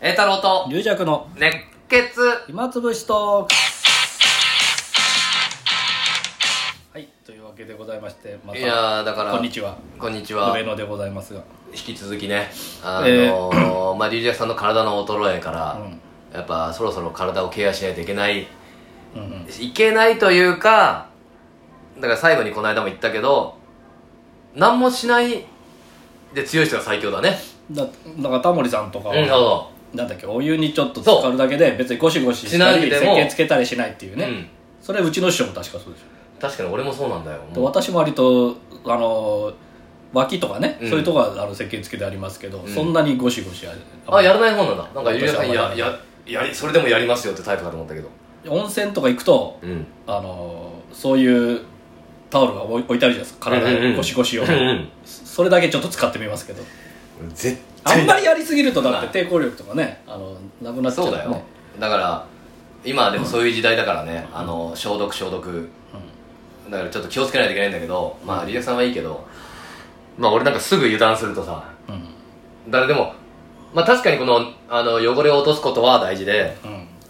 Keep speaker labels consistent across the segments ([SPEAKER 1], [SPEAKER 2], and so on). [SPEAKER 1] 栄太郎と
[SPEAKER 2] 龍尺の
[SPEAKER 1] 熱血
[SPEAKER 2] 暇つぶしトークはいというわけでございましてまた
[SPEAKER 1] いやーだから
[SPEAKER 2] こんにちは
[SPEAKER 1] こんにちは
[SPEAKER 2] 上野でございますが
[SPEAKER 1] 引き続きねあのー
[SPEAKER 2] え
[SPEAKER 1] まあリュウジャクさんの体の衰えから、
[SPEAKER 2] うん
[SPEAKER 1] やっぱそろそろ体をケアしないといけない
[SPEAKER 2] うんうん
[SPEAKER 1] いけないというかだから最後にこの間も言ったけど何もしないで強い人が最強だね
[SPEAKER 2] だだからタモリさんとか
[SPEAKER 1] うん
[SPEAKER 2] は、
[SPEAKER 1] そ
[SPEAKER 2] なんだっけお湯にちょっと浸かるだけで別にゴシゴシした
[SPEAKER 1] し
[SPEAKER 2] り
[SPEAKER 1] ないで
[SPEAKER 2] 石
[SPEAKER 1] も
[SPEAKER 2] 鹸つけたりしないっていう
[SPEAKER 1] う、
[SPEAKER 2] ね、それうちの師匠も確かそうでしょ
[SPEAKER 1] うん、確かに俺もそうなんだよ
[SPEAKER 2] で私も割とあのー脇とかね、
[SPEAKER 1] うん
[SPEAKER 2] そういうとこはあの石鹸つけてありますけど、
[SPEAKER 1] ん
[SPEAKER 2] そんなにゴシゴシやる
[SPEAKER 1] あやらない方なんだなんかリュウジャクさん
[SPEAKER 2] 私は
[SPEAKER 1] や
[SPEAKER 2] あんまり
[SPEAKER 1] ややりそれでもやりますよってタイプかと思ったけど
[SPEAKER 2] 温泉とか行くと
[SPEAKER 1] うん
[SPEAKER 2] あのそういうタオルが置い置いてあるじゃないですか体
[SPEAKER 1] うんうんう
[SPEAKER 2] の
[SPEAKER 1] ん
[SPEAKER 2] ゴシゴシ用
[SPEAKER 1] う
[SPEAKER 2] の、
[SPEAKER 1] ん
[SPEAKER 2] それだけちょっと使ってみますけど
[SPEAKER 1] うん絶
[SPEAKER 2] あんま
[SPEAKER 1] り
[SPEAKER 2] りやりすぎるとだって抵抗力とかねあのなくなっちゃう
[SPEAKER 1] そう
[SPEAKER 2] から
[SPEAKER 1] だよ
[SPEAKER 2] ね
[SPEAKER 1] だから今でもそういう時代だからね、あの消毒消毒だからちょっと気をつけないといけないんだけどまあリリアさんはいいけどまあ俺なんかすぐ油断するとさ
[SPEAKER 2] うん
[SPEAKER 1] 誰でもまあ確かにこのあの汚れを落とすことは大事で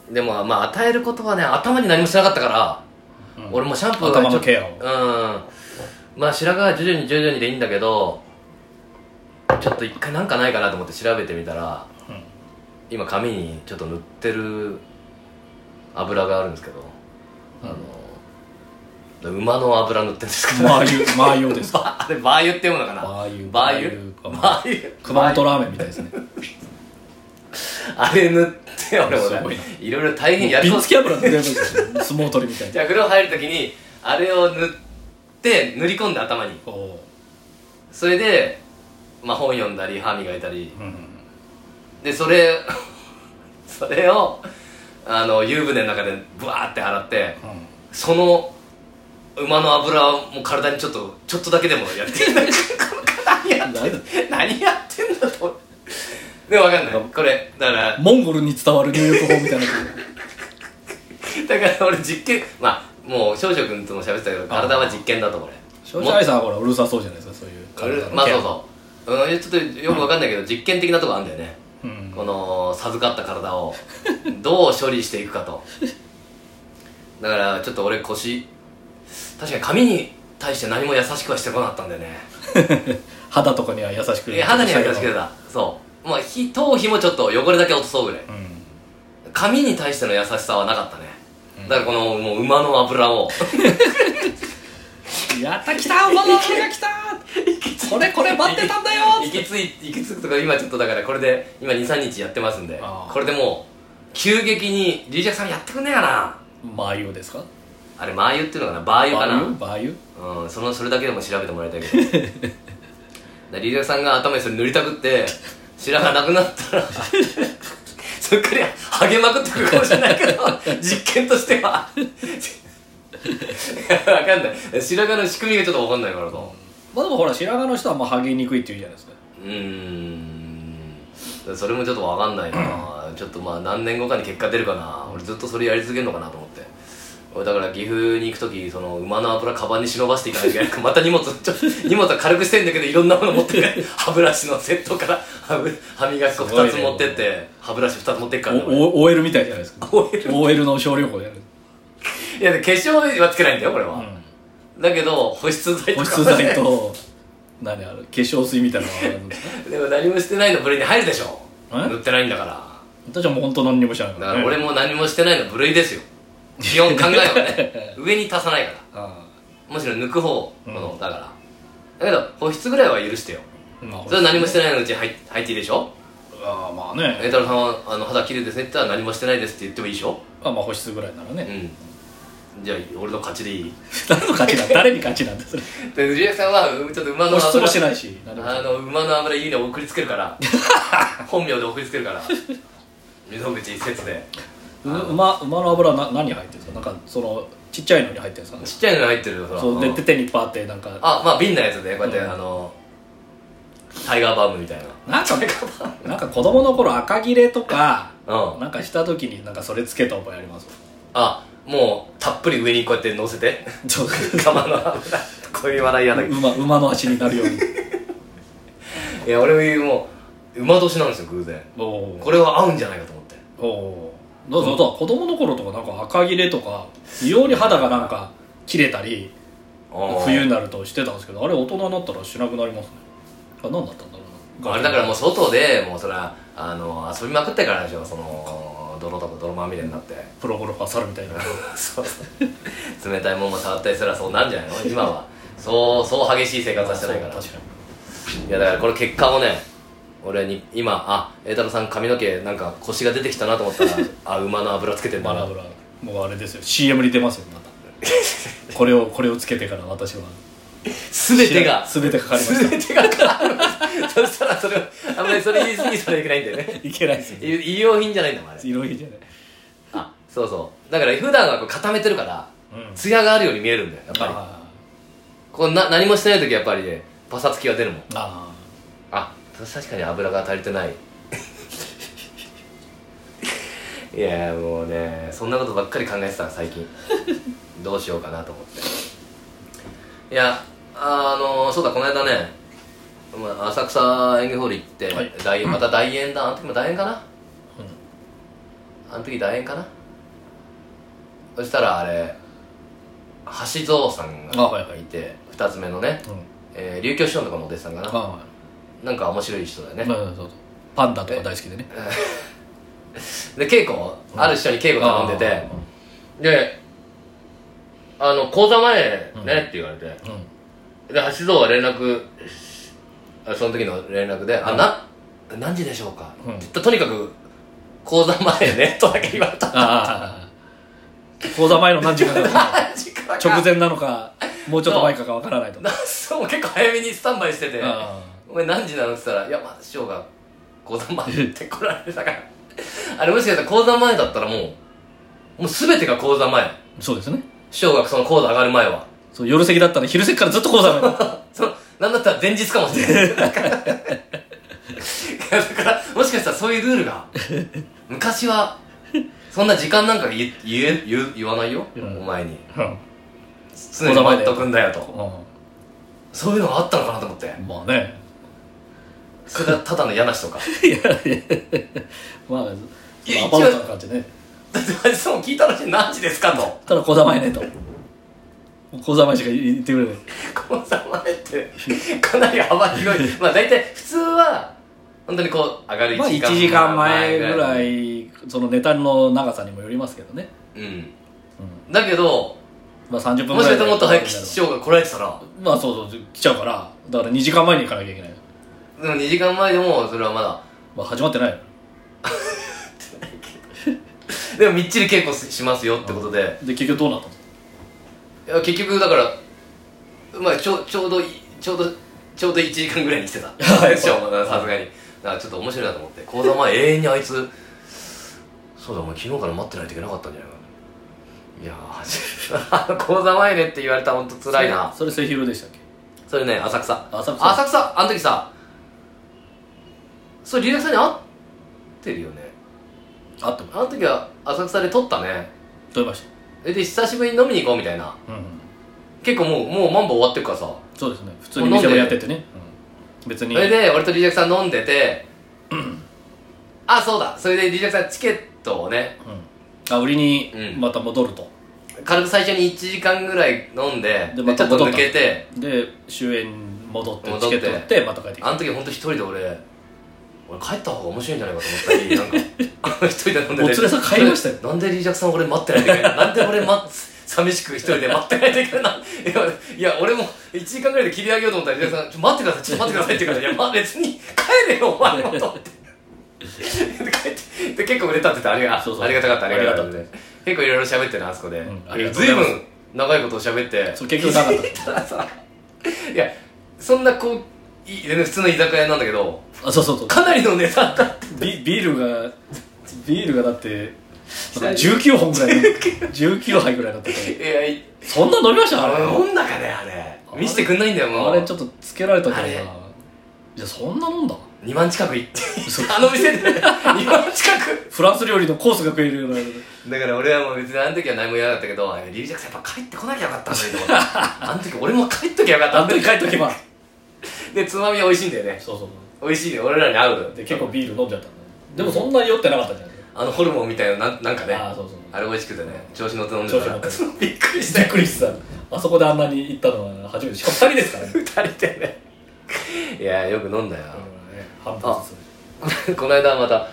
[SPEAKER 2] うん
[SPEAKER 1] でもまあ与えることはね頭に何もしなかったから、
[SPEAKER 2] うん
[SPEAKER 1] 俺もシャンプー
[SPEAKER 2] 頭のケアを
[SPEAKER 1] をうんまあ白髪は徐々に徐々にでいいんだけどちょっと一回なんかないかなと思って調べてみたら
[SPEAKER 2] うん
[SPEAKER 1] 今髪にちょっと塗ってる油があるんですけど、あの馬の油塗ってるんですけど、
[SPEAKER 2] マー油マー油で すか
[SPEAKER 1] あれバー油って読むのかな
[SPEAKER 2] バー油
[SPEAKER 1] バー
[SPEAKER 2] バー
[SPEAKER 1] 油
[SPEAKER 2] 油
[SPEAKER 1] バー油
[SPEAKER 2] 熊本ラーメンみたいですね
[SPEAKER 1] あれ塗って俺も
[SPEAKER 2] すごい
[SPEAKER 1] ね
[SPEAKER 2] ない
[SPEAKER 1] ろいろ大変やり
[SPEAKER 2] 瓶
[SPEAKER 1] そう
[SPEAKER 2] 付き油塗れるんですよ相撲取りみたい
[SPEAKER 1] じ
[SPEAKER 2] な
[SPEAKER 1] ゃあ風呂入るときにあれを塗って塗り込んで頭に
[SPEAKER 2] こ
[SPEAKER 1] それで、まあ、本読んだり歯磨いたり
[SPEAKER 2] ううん
[SPEAKER 1] でそれ それをあの湯船の中でブワーって洗って
[SPEAKER 2] う
[SPEAKER 1] その馬の油をもう体にちょっとちょっとだけでもやって 何や
[SPEAKER 2] んなんだ
[SPEAKER 1] 何やってんだと思うでも分かんないこれだから
[SPEAKER 2] モンゴルに伝わる入浴法みたいな
[SPEAKER 1] だから俺実験まあもう少々君とも喋ってたけど体は実験だとこれ
[SPEAKER 2] 正直愛さんはほらうるさそうじゃないですかそういう体のケア
[SPEAKER 1] まあそうそう、うん、ちょっとよく分かんないけど実験的なとこあるんだよね
[SPEAKER 2] うん
[SPEAKER 1] この授かった体をどう処理していくかとだからちょっと俺腰確かに髪に対して何も優しくはしてこなかったんだよね
[SPEAKER 2] 肌とかには優しく
[SPEAKER 1] いや肌には優しくてたそうまあひ頭皮もちょっと汚れだけ落とそうぐらい
[SPEAKER 2] うん
[SPEAKER 1] 髪に対しての優しさはなかったねだからこのもう馬の油を
[SPEAKER 2] やった来たおままこれが来 たこれこれ待ってたんだよ
[SPEAKER 1] 行きつい行きつくとか今ちょっとだからこれで今23日やってますんで
[SPEAKER 2] あー
[SPEAKER 1] これでもう急激にリージャクさんやってくんねえかな
[SPEAKER 2] マユですか
[SPEAKER 1] あれマー油っていうのかなバー油かな
[SPEAKER 2] バユ
[SPEAKER 1] うん、そのそれだけでも調べてもらいたいけどだからリリアさんが頭にそれ塗りたくって白髪なくなったらそっくりハゲまくってくるかもしれないけど実験としては いやわかんない白髪の仕組みがちょっとわかんないからさ
[SPEAKER 2] まあでもほら白髪の人はまあハゲにくいって言うじゃないですか
[SPEAKER 1] うーんそれもちょっとわかんない なちょっとまあ何年後かに結果出るかな俺ずっとそれやり続けるのかなと思って俺だから岐阜に行く時その馬の油カバンに忍ばしていかないといけない からまた荷物ちょっと荷物は軽くしてんだけどいろんなもの持ってく る歯ブラシのセットから歯ブ歯磨き粉
[SPEAKER 2] すごい
[SPEAKER 1] 2
[SPEAKER 2] ね
[SPEAKER 1] つ持ってって、歯ブラシ2つ持ってくからね
[SPEAKER 2] おお OL みたいじゃないですか
[SPEAKER 1] OL
[SPEAKER 2] OL の小旅行でやる
[SPEAKER 1] 俺いやで化粧はつけないんだよこれは、だけど保湿剤とか
[SPEAKER 2] 保
[SPEAKER 1] はね
[SPEAKER 2] 湿剤と何ある化粧水みたいなのがあるんですか
[SPEAKER 1] でも何もしてないの部類に入るでしょ
[SPEAKER 2] え
[SPEAKER 1] 塗ってないんだから
[SPEAKER 2] 私はもう本当何にも知らない
[SPEAKER 1] だから俺
[SPEAKER 2] も
[SPEAKER 1] も何もしてないの部類ですよ基本考えは ね上に足さないから
[SPEAKER 2] あ
[SPEAKER 1] むしろ抜く方の、
[SPEAKER 2] うん
[SPEAKER 1] だからだけど保湿ぐらいは許してよ
[SPEAKER 2] あまあ
[SPEAKER 1] それは何もしてないのうち入っ入っていいでしょ
[SPEAKER 2] ああまあ
[SPEAKER 1] 栄
[SPEAKER 2] ね
[SPEAKER 1] 太郎さんはあの肌綺麗ですねって言ったら何もしてないですって言ってもいいでしょ
[SPEAKER 2] まあまあ保湿ぐらいなら
[SPEAKER 1] う
[SPEAKER 2] ね
[SPEAKER 1] んじゃあ俺の勝ちでいい
[SPEAKER 2] 何の勝ちだ誰に勝ちなんだ それ
[SPEAKER 1] で藤井さんはうちょっと馬の
[SPEAKER 2] 保湿
[SPEAKER 1] 油
[SPEAKER 2] もしてないし何もしてない
[SPEAKER 1] あの馬の油家に送りつけるから 本名で送りつけるから溝口一節で
[SPEAKER 2] う馬馬の油はな何入ってるんですかなんかそのちっちゃいのに入ってるんですかね
[SPEAKER 1] ちっちゃいの入ってるよそら
[SPEAKER 2] そうで
[SPEAKER 1] ん
[SPEAKER 2] 手手にパーってなんか
[SPEAKER 1] あまあ瓶のやつでこうやって、
[SPEAKER 2] うん
[SPEAKER 1] あのタイガーバームみたいな
[SPEAKER 2] なんかなんか子供の頃赤切れとか
[SPEAKER 1] うん
[SPEAKER 2] なんかした時になんかそれつけた覚えあり ます
[SPEAKER 1] あもうたっぷり上にこうやって乗せて
[SPEAKER 2] そう
[SPEAKER 1] 釜の油こういう笑いやだけど
[SPEAKER 2] 馬馬の足になるように
[SPEAKER 1] いや俺も馬年なんですよ偶然
[SPEAKER 2] おお
[SPEAKER 1] これは合うんじゃないかと思って
[SPEAKER 2] おおどうぞ、どうぞ子供の頃とかなんか赤切れとか異様に肌がなんか切れたり冬になるとしてたんですけどあれ大人になったらしなくなりますねあ何だったんだろうな
[SPEAKER 1] あれだからもう外でもうそれはあの遊びまくってからでしょその泥とか泥まみれになって
[SPEAKER 2] プロゴルファー猿みたい な
[SPEAKER 1] そうそう冷たいもんも触ったりすらそうなんじゃないの今はそうそう激しい生活はしてないから
[SPEAKER 2] そう確かに
[SPEAKER 1] いやだからこの結果もね俺に今あ栄太郎さん髪の毛なんか腰が出てきたなと思ったら あ馬の油つけてんだ
[SPEAKER 2] バラ
[SPEAKER 1] な
[SPEAKER 2] ブラもうあれですよ CM に出ますよま たこれをこれをつけてから私は
[SPEAKER 1] 全てが
[SPEAKER 2] 全てかかりまし
[SPEAKER 1] 全てが変わるそしたらそれをあんまりそれ言い過ぎたらいけないんだよね
[SPEAKER 2] たいけないですよね
[SPEAKER 1] 医医療品じゃないんだもんあれ
[SPEAKER 2] 色いじゃない
[SPEAKER 1] あそうそうだから普段はこう固めてるから
[SPEAKER 2] うん
[SPEAKER 1] ツヤがあるように見えるんだよやっぱり
[SPEAKER 2] あ
[SPEAKER 1] こうな何もしてない時やっぱりねパサつきが出るもん
[SPEAKER 2] ーあ
[SPEAKER 1] あ確かに油が足りてない いやもうねそんなことばっかり考えてた最 近どうしようかなと思っていやあのそうだこの間ねまあ浅草演芸ホール行って、
[SPEAKER 2] はい
[SPEAKER 1] 大また大演だあの時も大演かな
[SPEAKER 2] ー、うん、
[SPEAKER 1] あの時大演かなそしたらあれ橋蔵さん
[SPEAKER 2] あはい
[SPEAKER 1] が
[SPEAKER 2] はい
[SPEAKER 1] いて二つ目のね、
[SPEAKER 2] うん、
[SPEAKER 1] えー、琉球師匠とかのお弟子さんか
[SPEAKER 2] あ
[SPEAKER 1] な
[SPEAKER 2] あはい
[SPEAKER 1] なんか面白い人だよね、
[SPEAKER 2] まあそうそうパンダとか大好きでね
[SPEAKER 1] で稽古をある人に稽古頼んでて
[SPEAKER 2] あ
[SPEAKER 1] であの講座前
[SPEAKER 2] うん
[SPEAKER 1] ねって言われて、
[SPEAKER 2] ーうん
[SPEAKER 1] で橋蔵は連絡しあその時の連絡で「あな何時でしょうか
[SPEAKER 2] うん
[SPEAKER 1] って言ったらとにかく講座前ね とだけ言われた
[SPEAKER 2] ああ講座前の何時かが
[SPEAKER 1] 時間が
[SPEAKER 2] 直前なのかもうちょっと前かがわからないと
[SPEAKER 1] なそう結構早めにスタンバイしてて
[SPEAKER 2] あ
[SPEAKER 1] 「お前何時なの?」って言ったら「いやまだ師匠が講座前」って来られたからあれもしかしたら講座前だったらもうもう全てが講座前
[SPEAKER 2] ーそうですね
[SPEAKER 1] 師匠がその講座上がる前は
[SPEAKER 2] そう夜席だったら昼席からずっと講座前だった
[SPEAKER 1] そうなんだったら前日かもしれない だからもしかしたらそういうルールが昔はそんな時間なんか言え言え言う言わないよ、
[SPEAKER 2] うん
[SPEAKER 1] お前に
[SPEAKER 2] うん
[SPEAKER 1] 常に待っとくんだよと
[SPEAKER 2] う
[SPEAKER 1] そういうのがあったのかなと思って
[SPEAKER 2] んまあね
[SPEAKER 1] それがただの嫌な人か
[SPEAKER 2] いやいやまあ
[SPEAKER 1] いや
[SPEAKER 2] アパートな感じね
[SPEAKER 1] だって私その聞いた話何時ですかと
[SPEAKER 2] ただ小ざまやねと小ざましか言ってくれない
[SPEAKER 1] 講座前ってかなり幅広いまあ大体普通は本当にこう上がる
[SPEAKER 2] まあ1時間前ぐらいそのネタの長さにもよりますけどね、
[SPEAKER 1] うんだけど
[SPEAKER 2] まあ、30 分
[SPEAKER 1] も
[SPEAKER 2] ぐ
[SPEAKER 1] しか
[SPEAKER 2] らい
[SPEAKER 1] した
[SPEAKER 2] で
[SPEAKER 1] らもっと早く師匠が来られてたら
[SPEAKER 2] まあそうそう来ちゃうからだから2時間前に行かなきゃいけない、
[SPEAKER 1] でも2時間前でもそれはまだ
[SPEAKER 2] まあ、始まってないよ
[SPEAKER 1] でもみっちり稽古しますよってことで、
[SPEAKER 2] で結局どうなったの
[SPEAKER 1] いや結局だから、まあ、ちょちょうどいちょうどちょうど1時間ぐらいに 来てた
[SPEAKER 2] はい
[SPEAKER 1] 師匠もなさすがにだからちょっと面白いなと思って講座前永遠にあいつそうだお前昨日から待ってないといけなかったんじゃないかないやー講座前ねって言われたら本当辛いな
[SPEAKER 2] それそれセヒロでしたっけ
[SPEAKER 1] それね浅草
[SPEAKER 2] 浅草
[SPEAKER 1] 浅草あの時さそれリュウヤさんに会ってるよね
[SPEAKER 2] あっても
[SPEAKER 1] あの時は浅草で撮ったね
[SPEAKER 2] 撮りまし
[SPEAKER 1] で久しぶりに飲みに行こうみたいな
[SPEAKER 2] たうん
[SPEAKER 1] 結構もうもうマンボウ終わってるからさ
[SPEAKER 2] そうですね普通に店もやっててね、うん別
[SPEAKER 1] そ
[SPEAKER 2] に
[SPEAKER 1] れで俺とリージャクさん飲んでてあそうだそれでリージャクさんチケットをね
[SPEAKER 2] うん、あ売りに
[SPEAKER 1] うん
[SPEAKER 2] また戻ると、
[SPEAKER 1] 軽く最初に1時間ぐらい飲んで
[SPEAKER 2] でまた
[SPEAKER 1] ちょっと
[SPEAKER 2] 戻っ
[SPEAKER 1] 抜
[SPEAKER 2] た
[SPEAKER 1] けて
[SPEAKER 2] で終演戻って
[SPEAKER 1] 戻って
[SPEAKER 2] チケット取ってまた帰ってきて
[SPEAKER 1] あの時ほんと一人で俺俺帰った方が面白いんじゃないかと思ったりなんか あの一人で飲んでて
[SPEAKER 2] お連れさん帰りましたよ
[SPEAKER 1] なんでリージャクさん俺待ってないといけ ないなんで俺待つ寂しく一人で待ってないといけないないやいや俺も1時間ぐらいで切り上げようと思ったらリージャクさん「ちょ待ってくださいちょっと待ってください」って言うから「いやまあ別に帰れよお前も」と思って。で帰ってで結構売れたって言ってありが
[SPEAKER 2] そうそう
[SPEAKER 1] ありがたかったありがたか
[SPEAKER 2] あ
[SPEAKER 1] っ
[SPEAKER 2] り
[SPEAKER 1] た
[SPEAKER 2] が
[SPEAKER 1] 結構いろいろ喋ってねあそこで、
[SPEAKER 2] んあ
[SPEAKER 1] い
[SPEAKER 2] りが
[SPEAKER 1] や
[SPEAKER 2] とうご
[SPEAKER 1] ず
[SPEAKER 2] ざ
[SPEAKER 1] い
[SPEAKER 2] い
[SPEAKER 1] ぶ
[SPEAKER 2] ます
[SPEAKER 1] ん長いことを喋って
[SPEAKER 2] そう結局なかった
[SPEAKER 1] たらさ いやそんなこうい全然普通の居酒屋なんだけど
[SPEAKER 2] あそうそうそう
[SPEAKER 1] かなりの値段だって
[SPEAKER 2] ビビールがビールがだってなんか19本ぐらいの19杯ぐらいだったから
[SPEAKER 1] いやい
[SPEAKER 2] そんな飲みましたあ
[SPEAKER 1] あ
[SPEAKER 2] れ
[SPEAKER 1] れ飲んだかねあれ見せてくんないんだよもう
[SPEAKER 2] あれちょっとつけられたけど
[SPEAKER 1] あ
[SPEAKER 2] な
[SPEAKER 1] れ
[SPEAKER 2] じゃあそんな飲んだ
[SPEAKER 1] 2万近く 行って
[SPEAKER 2] そう
[SPEAKER 1] あの店で2万 近く
[SPEAKER 2] フランス料理のコースが食えるような
[SPEAKER 1] だから俺はもう別にあの時は何も言わなかったけどリュウジャクさんやっぱ帰ってこなきゃよかったんだよと 思ってあの時俺も帰っときゃよかった
[SPEAKER 2] あんなに帰っとけば
[SPEAKER 1] でつまみは美味しいんだよね
[SPEAKER 2] そうそう
[SPEAKER 1] 美味しいね俺らに合う
[SPEAKER 2] で結構ビール飲んじゃったんだでもそんなに酔ってなかったじゃん
[SPEAKER 1] あのホルモンみたいななんなんかね
[SPEAKER 2] ああ
[SPEAKER 1] あ
[SPEAKER 2] そうそう
[SPEAKER 1] れ美味しくてね調子乗って飲んでたら
[SPEAKER 2] 調子
[SPEAKER 1] びっくりした
[SPEAKER 2] びっ
[SPEAKER 1] よ
[SPEAKER 2] くりしてたあそこであんなに行ったのは初めてしかも2人ですからね
[SPEAKER 1] 二人でねいやよく飲んだよ、
[SPEAKER 2] 半分ず つ
[SPEAKER 1] この間また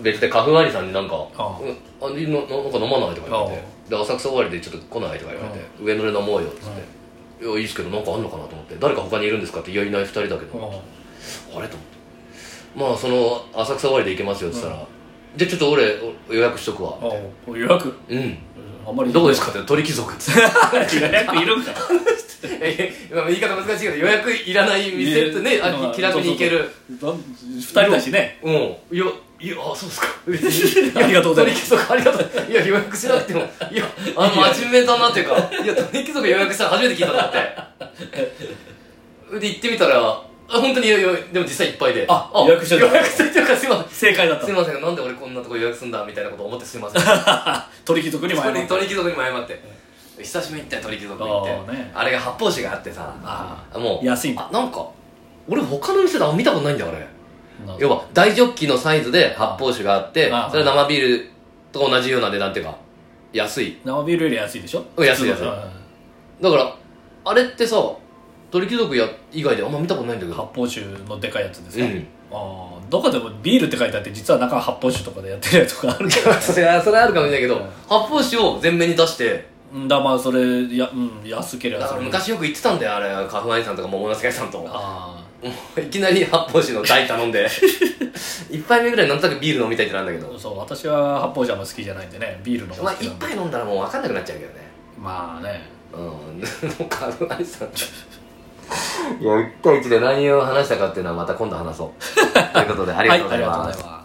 [SPEAKER 1] 別でカフワリさんになんか「
[SPEAKER 2] ああ
[SPEAKER 1] うんあののなんか飲まない?」とか言われて「で浅草終わりでちょっと来ない?」とか言われて「
[SPEAKER 2] あ
[SPEAKER 1] 上野で飲もうよ」っつって「いやいいですけどなんかあんのかな?」と思って「誰か他にいるんですか?」って「いやいない2人だけど」
[SPEAKER 2] う
[SPEAKER 1] あれと思ってまあその浅草終わりで行けますよって言ったら「じゃあちょっと俺お予約しとくわ」
[SPEAKER 2] んあ予約
[SPEAKER 1] うん
[SPEAKER 2] あんまり
[SPEAKER 1] どこですかって鳥貴族っつって
[SPEAKER 2] 予約いる んか
[SPEAKER 1] えまあ言い方難しいけど予約いらない店ってねあ気楽に行ける
[SPEAKER 2] 2人だしね
[SPEAKER 1] うんいやいやあそうですか別に
[SPEAKER 2] ありがとうございます
[SPEAKER 1] すありがと ういや予約しなくてもいやあの真面目だなっていうかいや鳥貴族予約したの初めて聞いたんだってで行ってみたらあ本当にいやいやでも実際いっぱいで
[SPEAKER 2] あ予約してた
[SPEAKER 1] 予約してたからすいません
[SPEAKER 2] 正解だった
[SPEAKER 1] すいませんなんで俺こんなとこ予約すんだみたいなこと思ってすいません
[SPEAKER 2] 鳥貴族にも謝っ
[SPEAKER 1] 鳥
[SPEAKER 2] て
[SPEAKER 1] 鳥貴族にも謝って久しぶりに行ったよ鳥貴族に行って
[SPEAKER 2] あーね
[SPEAKER 1] あれが発泡酒があってさ
[SPEAKER 2] あ
[SPEAKER 1] もう
[SPEAKER 2] 安いんだ
[SPEAKER 1] あなんか俺他の店であんま見たことないんだよあれ
[SPEAKER 2] な
[SPEAKER 1] 要は大ジョッキのサイズで発泡酒があって
[SPEAKER 2] ああ
[SPEAKER 1] それ生ビールと同じような値段っていうか安い
[SPEAKER 2] 生ビールより安いでしょ
[SPEAKER 1] うん安い
[SPEAKER 2] 普通の
[SPEAKER 1] だからあれってさ鳥貴族や以外であんま見たことないんだけ
[SPEAKER 2] うん
[SPEAKER 1] ど
[SPEAKER 2] 発泡酒のでかいやつです
[SPEAKER 1] う
[SPEAKER 2] か
[SPEAKER 1] ん
[SPEAKER 2] ああどこでもビールって書いてあって実は中は発泡酒とかでやってるやつとかあ る
[SPEAKER 1] それはそれはあるかもしれないけど
[SPEAKER 2] うん
[SPEAKER 1] 発泡酒を前面に出して
[SPEAKER 2] うんだまあそれやうん安ければ
[SPEAKER 1] だか
[SPEAKER 2] そ
[SPEAKER 1] ら
[SPEAKER 2] れ
[SPEAKER 1] 昔よく行ってたんだよあれ花粉アイさんとか 桃之助さんとも
[SPEAKER 2] あ
[SPEAKER 1] ういきなり発泡酒の台頼ん で1杯目ぐらいなんとなくビール飲みたいってなんだけど
[SPEAKER 2] あそう私は発泡酒あんま好きじゃないんでねビールの方
[SPEAKER 1] ま
[SPEAKER 2] が
[SPEAKER 1] あ
[SPEAKER 2] 好きな
[SPEAKER 1] 1
[SPEAKER 2] んで
[SPEAKER 1] 杯飲んだらもう分かんなくなっちゃうけどね
[SPEAKER 2] まあね
[SPEAKER 1] うん、花粉愛さんいや、一対一で何を話したかっていうのはまた今度話そう。ということで、ありがとうござい
[SPEAKER 2] はいありがとうご
[SPEAKER 1] ま
[SPEAKER 2] ざ
[SPEAKER 1] す
[SPEAKER 2] い。ます